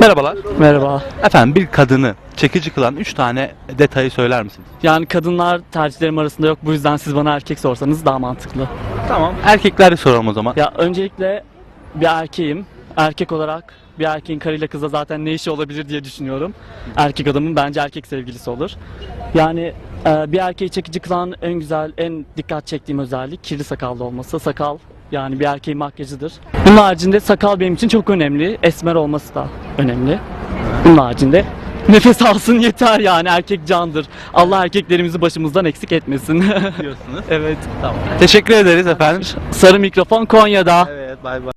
Merhabalar. Merhaba. Efendim bir kadını çekici kılan 3 tane detayı söyler misiniz? Yani kadınlar tercihlerim arasında yok. Bu yüzden siz bana erkek sorsanız daha mantıklı. Tamam. Erkekleri soralım o zaman. Ya öncelikle bir erkeğim. Erkek olarak bir erkeğin karıyla kızla zaten ne işi olabilir diye düşünüyorum. Erkek adamın bence erkek sevgilisi olur. Yani e, bir erkeği çekici kılan en güzel, en dikkat çektiğim özellik kirli sakallı olması. Sakal yani bir erkeğin makyajıdır. Bunun haricinde sakal benim için çok önemli. Esmer olması da önemli. Bunun haricinde nefes alsın yeter yani erkek candır. Allah erkeklerimizi başımızdan eksik etmesin. Diyorsunuz. evet. Teşekkür ederiz efendim. Sarı mikrofon Konya'da. Evet bay bay.